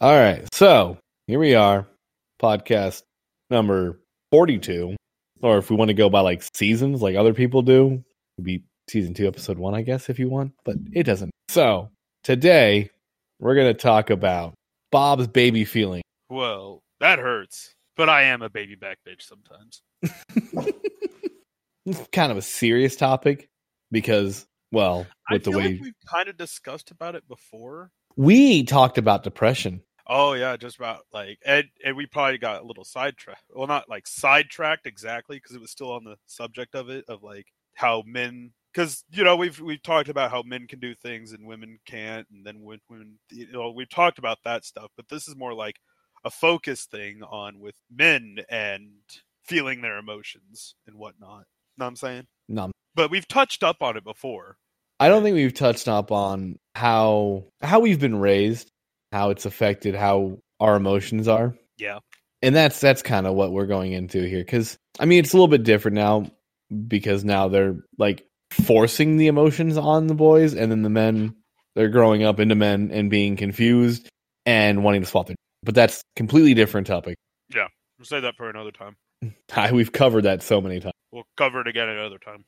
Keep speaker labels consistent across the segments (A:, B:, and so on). A: All right. So here we are, podcast number 42. Or if we want to go by like seasons, like other people do, it'd be season two, episode one, I guess, if you want, but it doesn't. So today we're going to talk about Bob's baby feeling.
B: Well, that hurts. But I am a baby back bitch sometimes.
A: It's kind of a serious topic because, well,
B: I
A: with the
B: feel
A: way
B: like we've kind of discussed about it before.
A: we talked about depression.
B: Oh yeah, just about like and and we probably got a little sidetracked. Well, not like sidetracked exactly because it was still on the subject of it of like how men because you know we've we've talked about how men can do things and women can't and then when women you know we've talked about that stuff but this is more like a focus thing on with men and feeling their emotions and whatnot. Know what I'm saying?
A: No,
B: But we've touched up on it before.
A: I don't think we've touched up on how how we've been raised, how it's affected how our emotions are.
B: Yeah.
A: And that's that's kind of what we're going into here cuz I mean it's a little bit different now because now they're like forcing the emotions on the boys and then the men they're growing up into men and being confused and wanting to swap it. But that's completely different topic.
B: We'll save that for another time.
A: We've covered that so many times.
B: We'll cover it again another time.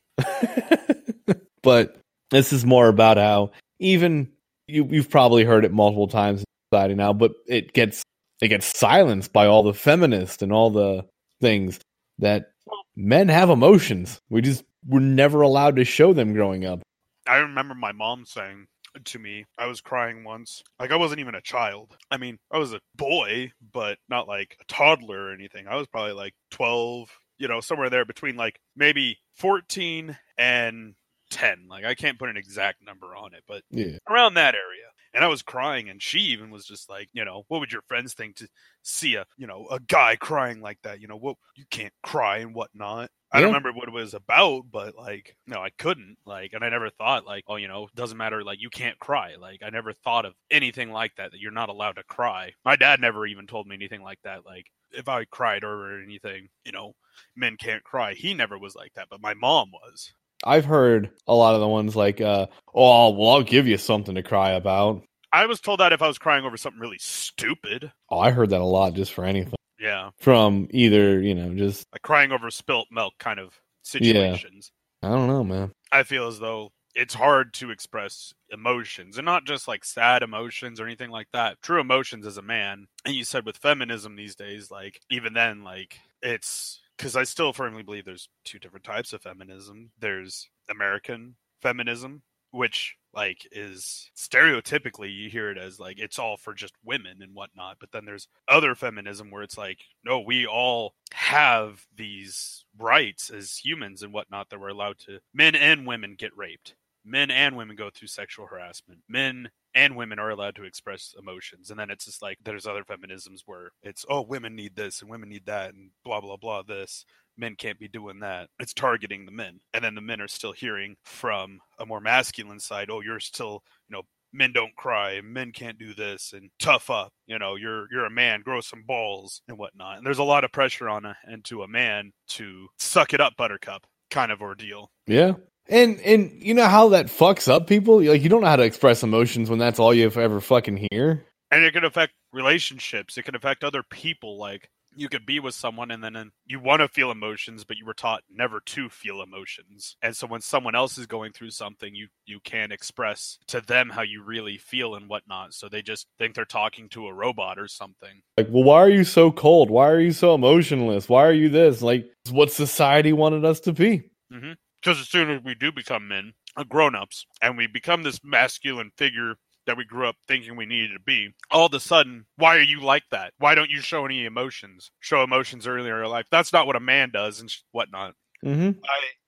A: but this is more about how even you you've probably heard it multiple times in society now, but it gets it gets silenced by all the feminists and all the things that men have emotions. We just were never allowed to show them growing up.
B: I remember my mom saying to me, I was crying once. Like I wasn't even a child. I mean, I was a boy, but not like a toddler or anything. I was probably like 12, you know, somewhere there between like maybe 14 and 10. Like I can't put an exact number on it, but
A: Yeah.
B: around that area. And I was crying, and she even was just like, you know, what would your friends think to see a, you know, a guy crying like that? You know, what you can't cry and whatnot. I don't
A: Yeah.
B: remember what it was about, but like, no, I couldn't. Like, and I never thought, like, oh, you know, doesn't matter. Like, you can't cry. Like, I never thought of anything like that, that you're not allowed to cry. My dad never even told me anything like that. Like, if I cried over anything, you know, men can't cry. He never was like that, but my mom was.
A: I've heard a lot of the ones like uh oh well I'll give you something to cry about.
B: I was told that if I was crying over something really stupid.
A: Oh, I heard that a lot just for anything.
B: Yeah.
A: From either, you know, just
B: like crying over spilt milk kind of situations.
A: I don't know, man.
B: I feel as though it's hard to express emotions and not just like sad emotions or anything like that. True emotions as a man. And you said with feminism these days, like even then, like it's because I still firmly believe there's two different types of feminism there's American feminism, which like is stereotypically you hear it as like it's all for just women and whatnot but then there's other feminism where it's like no we all have these rights as humans and whatnot that we're allowed to men and women get raped men and women go through sexual harassment men and women are allowed to express emotions and then it's just like there's other feminisms where it's oh women need this and women need that and blah blah blah this men can't be doing that. It's targeting the men. And then the men are still hearing from a more masculine side, oh, you're still, you know, men don't cry and men can't do this and tough up, you know, you're you're a man, grow some balls and whatnot. And there's a lot of pressure on a and to a man to suck it up, buttercup kind of ordeal.
A: Yeah. And and you know how that fucks up people? Like you don't know how to express emotions when that's all you've ever fucking hear.
B: and it can affect relationships it can affect other people like you could be with someone and then and you want to feel emotions but you were taught never to feel emotions and so when someone else is going through something you you can express to them how you really feel and whatnot so they just think they're talking to a robot or something
A: Like, well, why are you so cold? Why are you so emotionless? Why are you this? Like it's what society wanted us to be.
B: because as soon as we do become men uh, grown-ups and we become this masculine figure that we grew up thinking we needed to be all of a sudden why are you like that why don't you show any emotions show emotions earlier in life that's not what a man does and sh- whatnot
A: Mm-hmm.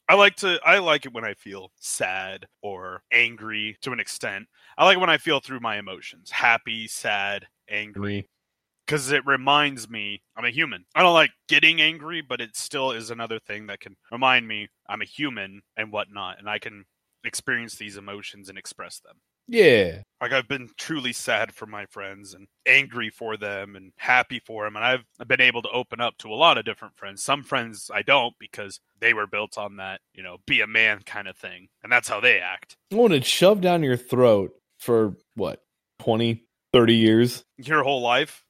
B: I like to I like it when I feel sad or angry to an extent. I like it when I feel through my emotions, happy, sad, angry, cuz it reminds me I'm a human. I don't like getting angry, but it still is another thing that can remind me I'm a human and whatnot and I can experience these emotions and express them.
A: Yeah.
B: Like I've been truly sad for my friends and angry for them and happy for them and I've been able to open up to a lot of different friends. Some friends I don't because they were built on that, you know, be a man kind of thing. And that's how they act.
A: I want to shove down your throat for what, 20, 30 years,
B: your whole life.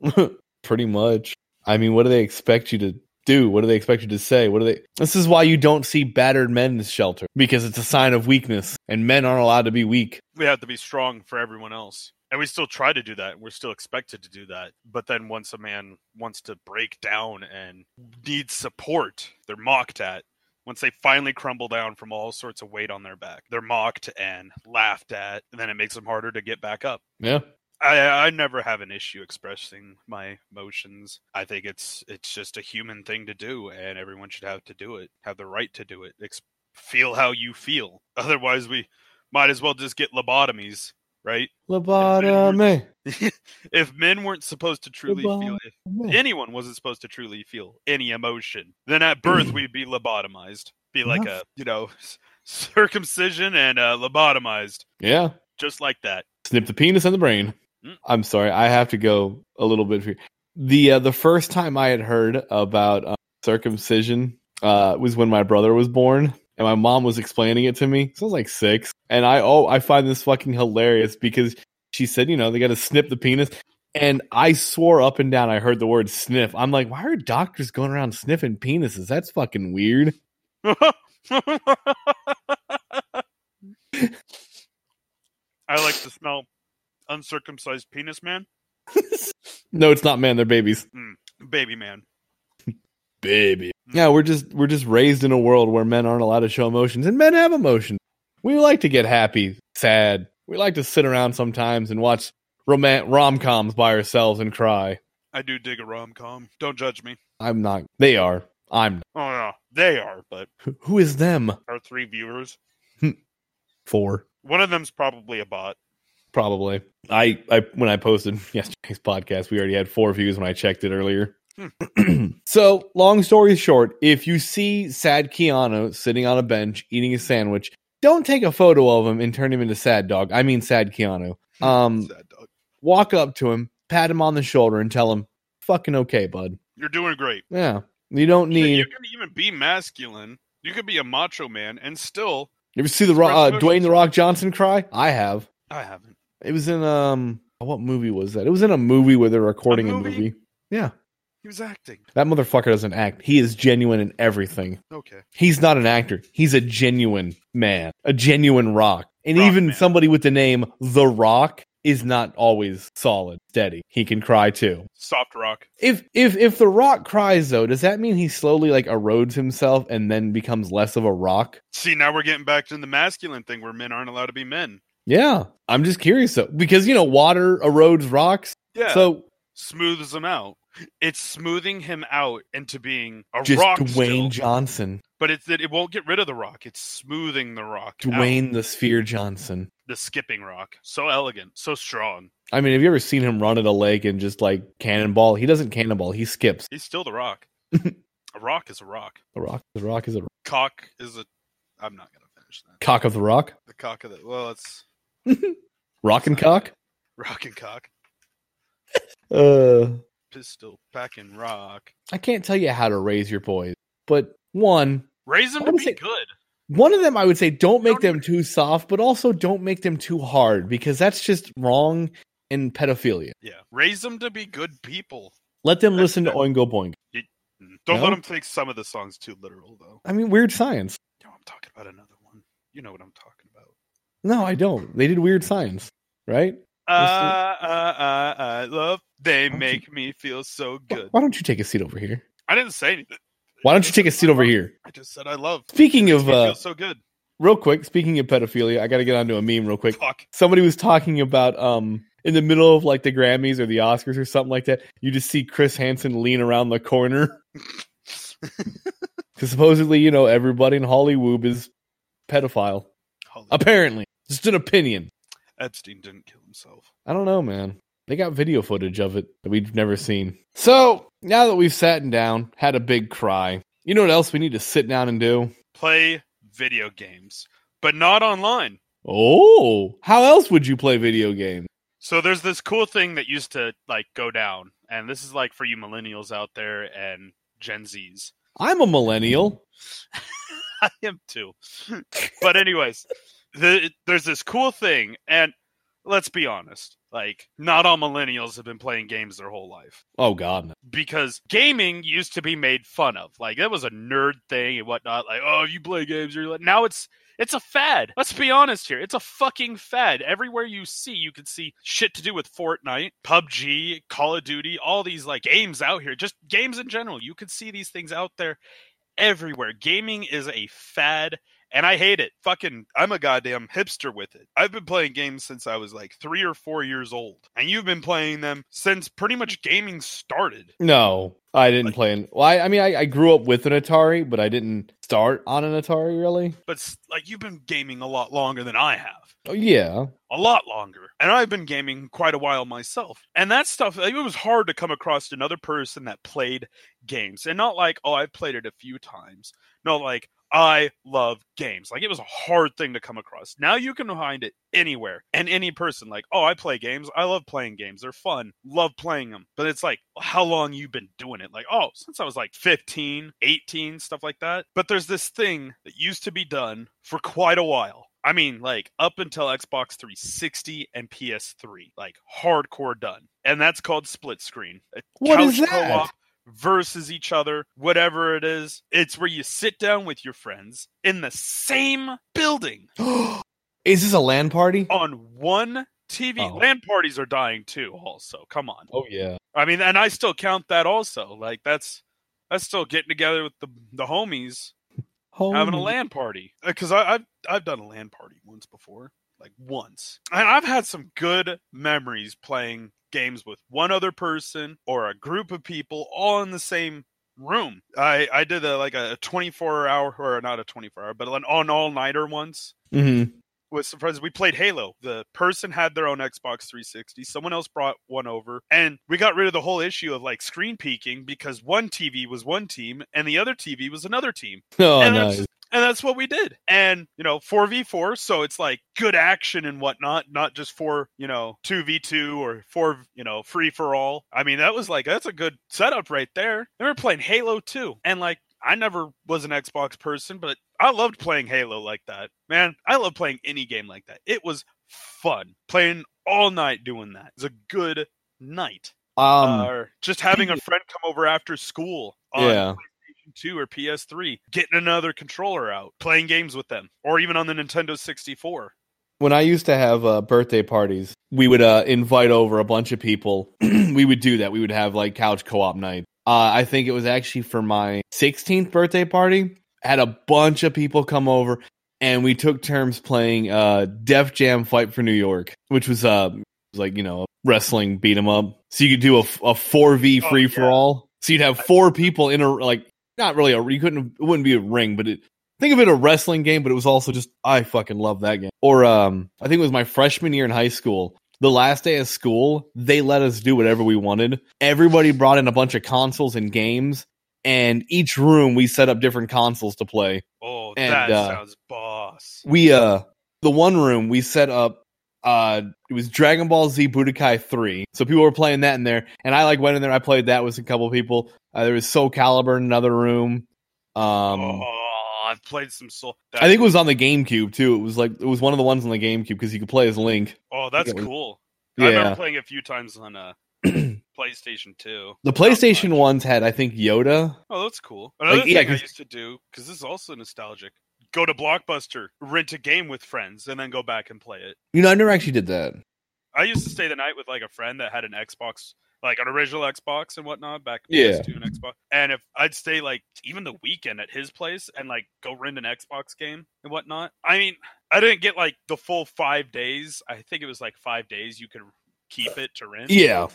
A: pretty much. I mean, what do they expect you to do? What do they expect you to say? What do they? This is why you don't see battered men's shelter because it's a sign of weakness, and men aren't allowed to be weak.
B: We have to be strong for everyone else. And we still try to do that. We're still expected to do that. But then once a man wants to break down and needs support, they're mocked at. Once they finally crumble down from all sorts of weight on their back, they're mocked and laughed at. And then it makes them harder to get back up.
A: Yeah.
B: I, I never have an issue expressing my emotions. I think it's it's just a human thing to do, and everyone should have to do it, have the right to do it. Ex- feel how you feel. Otherwise, we might as well just get lobotomies, right?
A: Lobotomy.
B: If men weren't supposed to truly feel, if anyone wasn't supposed to truly feel any emotion, then at birth we'd be lobotomized, be like
A: Yeah.
B: a you know c- circumcision and uh, lobotomized,
A: Yeah.
B: just like that.
A: snip the penis and the brain.
B: Mm.
A: I'm sorry, I have to go a little bit. here. The uh, the first time I had heard about uh, circumcision uh, was when my brother was born, and my mom was explaining it to me. So I was like six, and I oh I find this fucking hilarious because she said you know they got to snip the penis. And I swore up and down I heard the word sniff. I'm like, why are doctors going around sniffing penises? That's fucking weird.
B: I like to smell uncircumcised penis man,
A: No, it's not man, they're babies.
B: baby man.
A: baby. Yeah, we're just we're just raised in a world where men aren't allowed to show emotions, and men have emotions. We like to get happy, sad. We like to sit around sometimes and watch rom coms by ourselves and cry.
B: I do dig a rom com. Don't judge me.
A: I'm not. They are. I'm. Not.
B: Oh no, they are, but
A: Who- Who is them?
B: our three viewers.
A: For
B: One of them's probably a bot.
A: probably. I I when I posted yesterday's podcast, we already had four views when I checked it earlier. so long story short, if you see sad Keanu sitting on a bench eating a sandwich, don't take a photo of him and turn him into sad dog. I mean sad Keanu. Um,
B: Sad dog.
A: walk up to him, pat him on the shoulder, and tell him, "Fucking okay, bud.
B: You're doing great.
A: Yeah, you don't
B: You-
A: need."
B: You can even be masculine. You could be a macho man and still.
A: You ever see the Ro- uh,
B: Express
A: Dwayne the Rock Johnson cry? I have.
B: I haven't.
A: It was in um, what movie was that? It was in a movie where they're recording a
B: movie?
A: movie. Yeah,
B: He was acting.
A: that motherfucker doesn't act. He is genuine in everything.
B: Okay.
A: He's not an actor. He's a genuine man, a genuine rock. And
B: Rock
A: even
B: man.
A: somebody with the name The Rock is not always solid, steady. He can cry too.
B: Soft rock.
A: If if if The Rock cries though, does that mean he slowly like erodes himself and then becomes less of a rock?
B: See, now we're getting back to the masculine thing where men aren't allowed to be men.
A: Yeah, I'm just curious though because you know water erodes rocks.
B: Yeah.
A: So
B: smooths him out. It's smoothing him out into being a
A: just
B: rock still,
A: Dwayne Johnson,
B: but it's that it won't get rid of the rock. It's smoothing the rock. out.
A: Dwayne the Sphere Johnson.
B: the skipping rock, so elegant, so strong.
A: I mean, have you ever seen him run at a lake and just like cannonball? He doesn't cannonball. He skips.
B: He's still the rock. a rock is a rock.
A: The Rock. The Rock is a
B: Cock is a. I'm not gonna finish that.
A: cock of the rock.
B: The cock of the. Well, it's
A: Rock and cock.
B: rock and cock.
A: Uh,
B: Pistol packing rock.
A: I can't tell you how to raise your boys, but one,
B: Raise him
A: I
B: to
A: would
B: be
A: say-
B: good.
A: one of them, I would say, don't make them too soft, but also don't make them too hard because that's just wrong and pedophilia.
B: Yeah, raise them to be good people.
A: Let them
B: That's
A: listen to
B: fair.
A: Oingo Boingo.
B: Don't let
A: No?
B: him take some of the songs too literal, though.
A: I mean, weird science.
B: No, I'm talking about another one. You know what I'm talking about.
A: No, I don't. They did weird science, right?
B: Uh, uh, uh, uh, love. They make me feel so
A: Why,
B: good.
A: why don't you take a seat over here?
B: I didn't say anything.
A: Why don't you take a seat over here?
B: I just said I love.
A: Speaking of,
B: They
A: uh,
B: feel so good.
A: real quick, speaking of pedophilia, I got to get onto a meme real quick.
B: Fuck.
A: somebody was talking about um in the middle of like the Grammys or the Oscars or something like that, you just see Chris Hansen lean around the corner. Because supposedly, you know, everybody in Hollywood is pedophile.
B: Holy
A: Apparently. Just an opinion.
B: Epstein didn't kill himself.
A: I don't know, man. They got video footage of it that we've never seen. So now that we've sat down, had a big cry, you know what else we need to sit down and do?
B: Play video games, but not online.
A: Oh, how else would you play video games?
B: So there's this cool thing that used to like go down, and this is like for you millennials out there and Gen Zs.
A: I'm a millennial.
B: I am too. but anyways, the, there's this cool thing, and let's be honest. Like, not all millennials have been playing games their whole life
A: Oh God, no.
B: because gaming used to be made fun of. Like, that was a nerd thing and whatnot. Like, oh, you play games. You're like, now it's it's a fad. Let's be honest here. It's a fucking fad. Everywhere you see, you can see shit to do with Fortnite, PUBG, Call of Duty, all these like games out here. Just games in general. You can see these things out there everywhere. Gaming is a fad and I hate it. Fucking, I'm a goddamn hipster with it. I've been playing games since I was like three or four years old, and you've been playing them since pretty much gaming started.
A: No, I didn't play. An, well, I, I mean, I, I grew up with an Atari, but I didn't start on an Atari really.
B: But s- like, you've been gaming a lot longer than I have.
A: Oh, yeah,
B: A lot longer. And I've been gaming quite a while myself. And that stuff, like, it was hard to come across another person that played games. And not like, oh, I've played it a few times. No, like, I love games. Like, it was a hard thing to come across. Now you can find it anywhere and any person. Like, oh, I play games. I love playing games. They're fun. Love playing them. But it's like, how long you been doing it? Like, oh, since I was like 15, 18, stuff like that. But there's this thing that used to be done for quite a while. I mean, like up until Xbox 360 and PS3, like hardcore done. And that's called split screen. A
A: What
B: couch
A: is that?
B: co-op versus each other, whatever it is. It's where you sit down with your friends in the same building
A: is this a land party?
B: on one TV.
A: Oh.
B: Land parties are dying too, also. Come on.
A: Oh yeah,
B: I mean, and I still count that also. Like that's that's still getting together with the the homies, having a
A: Homie.
B: land party. Because Uh, I I've I've done a land party once before, like once, and I've had some good memories playing games with one other person or a group of people all in the same room. I I did a like a 24 hour or not a 24 hour, but an on all nighter once
A: Mhm.
B: was surprised. We played Halo. The person had their own Xbox 360. Someone else brought one over, and we got rid of the whole issue of like screen peeking because one TV was one team and the other TV was another team,
A: Oh
B: and
A: nice.
B: that's and that's what we did. And you know, four v four, so it's like good action and whatnot, not just for you know two v two or four you know free for all. I mean, that was like that's a good setup right there. And we were playing Halo too, and like. I never was an Xbox person, but I loved playing Halo like that. Man, I love playing any game like that. It was fun playing all night doing that. It's a good night.
A: Um,
B: or just having a friend come over after school on
A: yeah.
B: PlayStation 2 or PS3, getting another controller out, playing games with them, or even on the Nintendo 64.
A: when I used to have uh, birthday parties, we would uh, invite over a bunch of people. we would do that. We would have like couch co-op night. Uh, I think it was actually for my 16th birthday party. Had a bunch of people come over, and we took turns playing uh, Def Jam Fight for New York, which was uh, was like you know wrestling beat 'em up. So you could do a a four v
B: Oh,
A: free for
B: yeah.
A: all. So you'd have four people in a like not really a you couldn't it wouldn't be a ring, but it think of it a wrestling game, but it was also just I fucking love that game. Or um, I think it was my freshman year in high school. The last day of school, they let us do whatever we wanted. Everybody brought in a bunch of consoles and games, and each room we set up different consoles to play.
B: Oh,
A: And,
B: that
A: uh,
B: sounds boss.
A: We uh, the one room we set up uh it was Dragon Ball Z Budokai 3. So people were playing that in there and I like went in there I played that with a couple of people. Uh, there was Soul Calibur in another room. Um
B: oh, I've played some soul.
A: I think it was on the GameCube too. It was like it was one of the ones on the GameCube because you could play as Link.
B: Oh, that's
A: it was-
B: cool. I remember
A: Yeah,
B: playing a few times on uh, PlayStation 2.
A: the PlayStation ones had I think Yoda.
B: Oh, that's cool. Another
A: Like, yeah,
B: thing I
A: 'cause-
B: used to do, because this is also nostalgic, go to Blockbuster, rent a game with friends, and then go back and play it.
A: You know, I never actually did that.
B: I used to stay the night with like a friend that had an Xbox, like an original Xbox and whatnot back
A: Yeah.
B: PS2 and Xbox. And if I'd stay like even the weekend at his place and like go rent an Xbox game and whatnot. I mean, I didn't get like the full five days. I think it was like five days you could keep it to rent.
A: Yeah,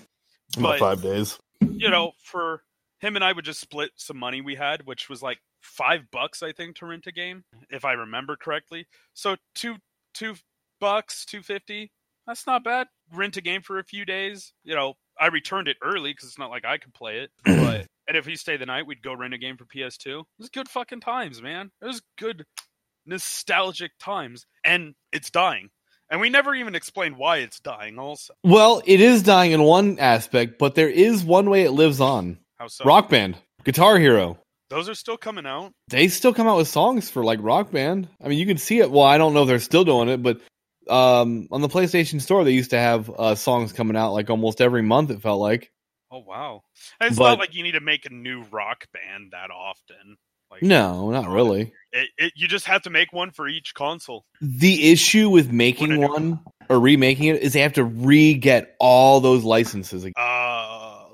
B: But-
A: five days.
B: You know, for him and I would just split some money we had, which was like five bucks, I think, to rent a game, if I remember correctly. So two two bucks, two fifty. That's not bad. Rent a game for a few days. You know, I returned it early because it's not like I could play it. But and if he stayed the night, we'd go rent a game for PS2. It was good fucking times, man. It was good nostalgic times, and it's dying. And we never even explained why it's dying. Also,
A: Well, it is dying in one aspect, but there is one way it lives on.
B: how so?
A: Rock Band, Guitar Hero.
B: Those are still coming out.
A: They still come out with songs for like Rock Band. I mean, you can see it. Well, I don't know if they're still doing it, but um, on the PlayStation Store, they used to have uh, songs coming out like almost every month. It felt like
B: Oh wow! And It's
A: But-
B: not like you need to make a new rock band that often. Like
A: no, not really.
B: it, it, you just have to make one for each console.
A: The issue with making
B: Wanna do-
A: one or remaking it is they have to re-get all those licenses. Again.
B: Uh,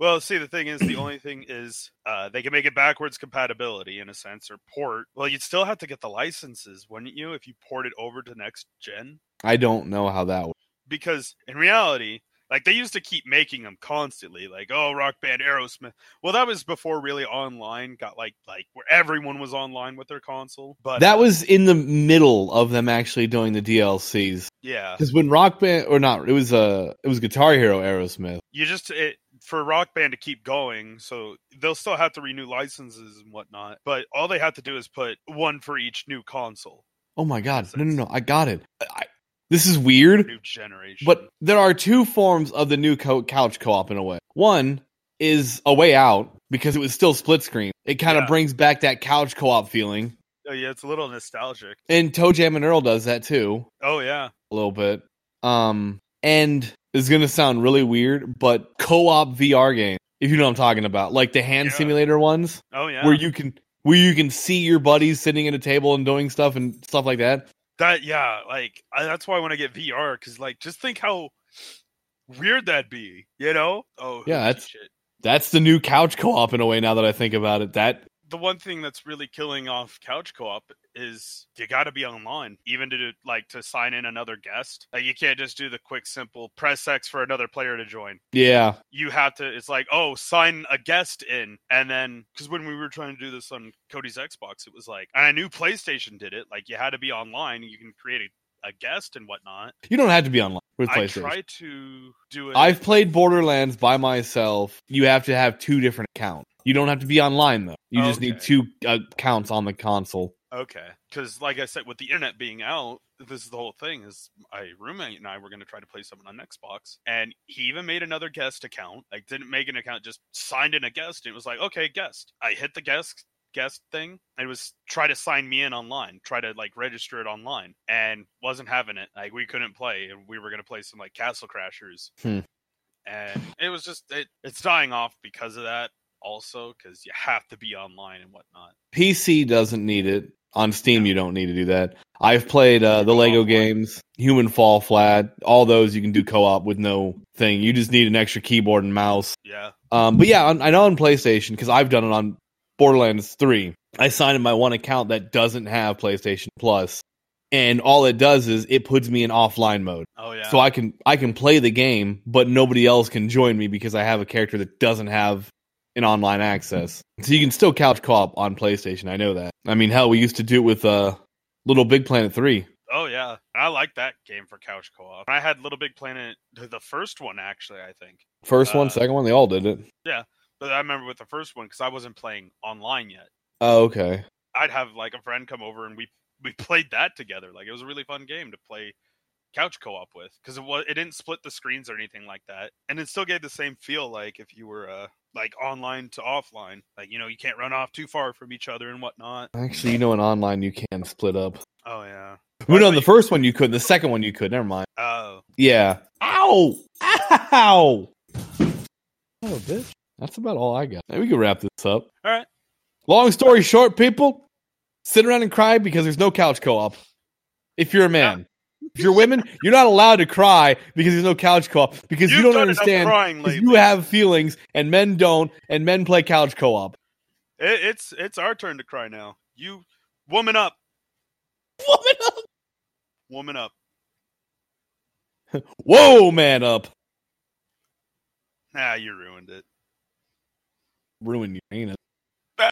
B: well, see, the thing is, the only thing is uh, they can make it backwards compatibility in a sense or port. Well, you'd still have to get the licenses, wouldn't you, if you port it over to next gen?
A: I don't know how that. Works.
B: because in reality, like they used to keep making them constantly, like oh rock band Aerosmith. Well, that was before really online got like like where everyone was online with their console. But uh,
A: That was in the middle of them actually doing the DLCs
B: yeah,
A: because when Rock Band or not, it was uh, it was Guitar Hero Aerosmith.
B: you just it, for rock band to keep going, so they'll still have to renew licenses and whatnot. But all they have to do is put one for each new console,
A: Oh my god! No, no, no! I got it. I, I- this is weird.
B: new generation.
A: But there are two forms of the new co- couch co-op in a way. One is a way out because it was still split screen. It kind of
B: Yeah.
A: brings back that couch co-op feeling,
B: oh, yeah, it's a little nostalgic.
A: and Toe Jam and Earl does that too
B: Oh yeah,
A: a little bit. Um, and it's gonna sound really weird, but co-op VR game, if you know what I'm talking about, like the hand
B: Yeah.
A: simulator ones,
B: oh yeah.
A: where you can where you can see your buddies sitting at a table and doing stuff and stuff like that.
B: That yeah, like I, that's why I want to get VR because like just think how weird that'd be, you know? Oh
A: Yeah,
B: holy
A: that's-
B: shit.
A: That's the new couch co-op in a way. Now that I think about it, that
B: The one thing that's really killing off couch co-op is you got to be online, even to do, like to sign in another guest. Like you can't just do the quick, simple press X for another player to join.
A: yeah,
B: You have to. It's like oh, sign a guest in, and then because when we were trying to do this on Cody's Xbox, it was like and I knew PlayStation did it. Like you had to be online, you can create a, a guest and whatnot.
A: you don't have to be online with
B: I
A: PlayStation.
B: tried to do it.
A: I've played Borderlands by myself. You have to have two different accounts. You don't have to be online though. You just need
B: Okay.
A: two uh, accounts on the console.
B: Okay, because like I said, with the internet being out, this is the whole thing. Is my roommate and I were going to try to play someone on Xbox, and he even made another guest account. Like, didn't make an account, just signed in a guest. And it was like, okay, guest. I hit the guest guest thing. And it was try to sign me in online, try to like register it online, and wasn't having it. Like, we couldn't play, and we were going to play some like Castle Crashers,
A: Hmm.
B: and it was just it, it's dying off because of that. Also, because you have to be online and whatnot.
A: PC doesn't need it. On Steam, you don't need to do that. I've played uh, the Lego
B: Fall Flat.
A: games, Human Fall Flat, all those you can do co-op with no thing. You just need an extra keyboard and mouse.
B: Yeah.
A: Um, but yeah, on, I know on PlayStation because I've done it on Borderlands Three. I signed in my one account that doesn't have PlayStation Plus, and all it does is it puts me in offline mode.
B: Oh yeah.
A: so I can I can play the game, but nobody else can join me because I have a character that doesn't have an online access. So you can still couch co-op on PlayStation. I know that. I mean, hell, we used to do it with uh, Little Big Planet three.
B: Oh yeah, I like that game for couch co-op. I had Little Big Planet, the first one actually, I think.
A: First one,
B: Uh,
A: second one, they all did it.
B: But I remember with the first one because I wasn't playing online yet.
A: Oh, okay.
B: I'd have like a friend come over and we we played that together. Like it was a really fun game to play couch co-op with because it was it didn't split the screens or anything like that, and it still gave the same feel like if you were uh like online to offline. Like you know you can't run off too far from each other and whatnot.
A: Actually, you know, in online you can split up.
B: Oh yeah.
A: Well, no, the
B: like-
A: first one you could. The second one you could. Never mind.
B: Oh
A: Yeah. Ow! Ow! Oh, bitch. That's about all I got. Hey, we can wrap this up.
B: All right.
A: Long story short, people, sit around and cry because there's no couch co-op. If you're a man, if you're women, you're not allowed to cry because there's no couch co-op because
B: You've
A: you don't
B: done enough
A: understand.
B: crying
A: 'cause
B: lately.
A: You have feelings, and men don't, and men play couch co-op.
B: It, it's it's our turn to cry now. You woman up, woman up.
A: Whoa, man up!
B: Nah, you ruined it.
A: Ruin your anus.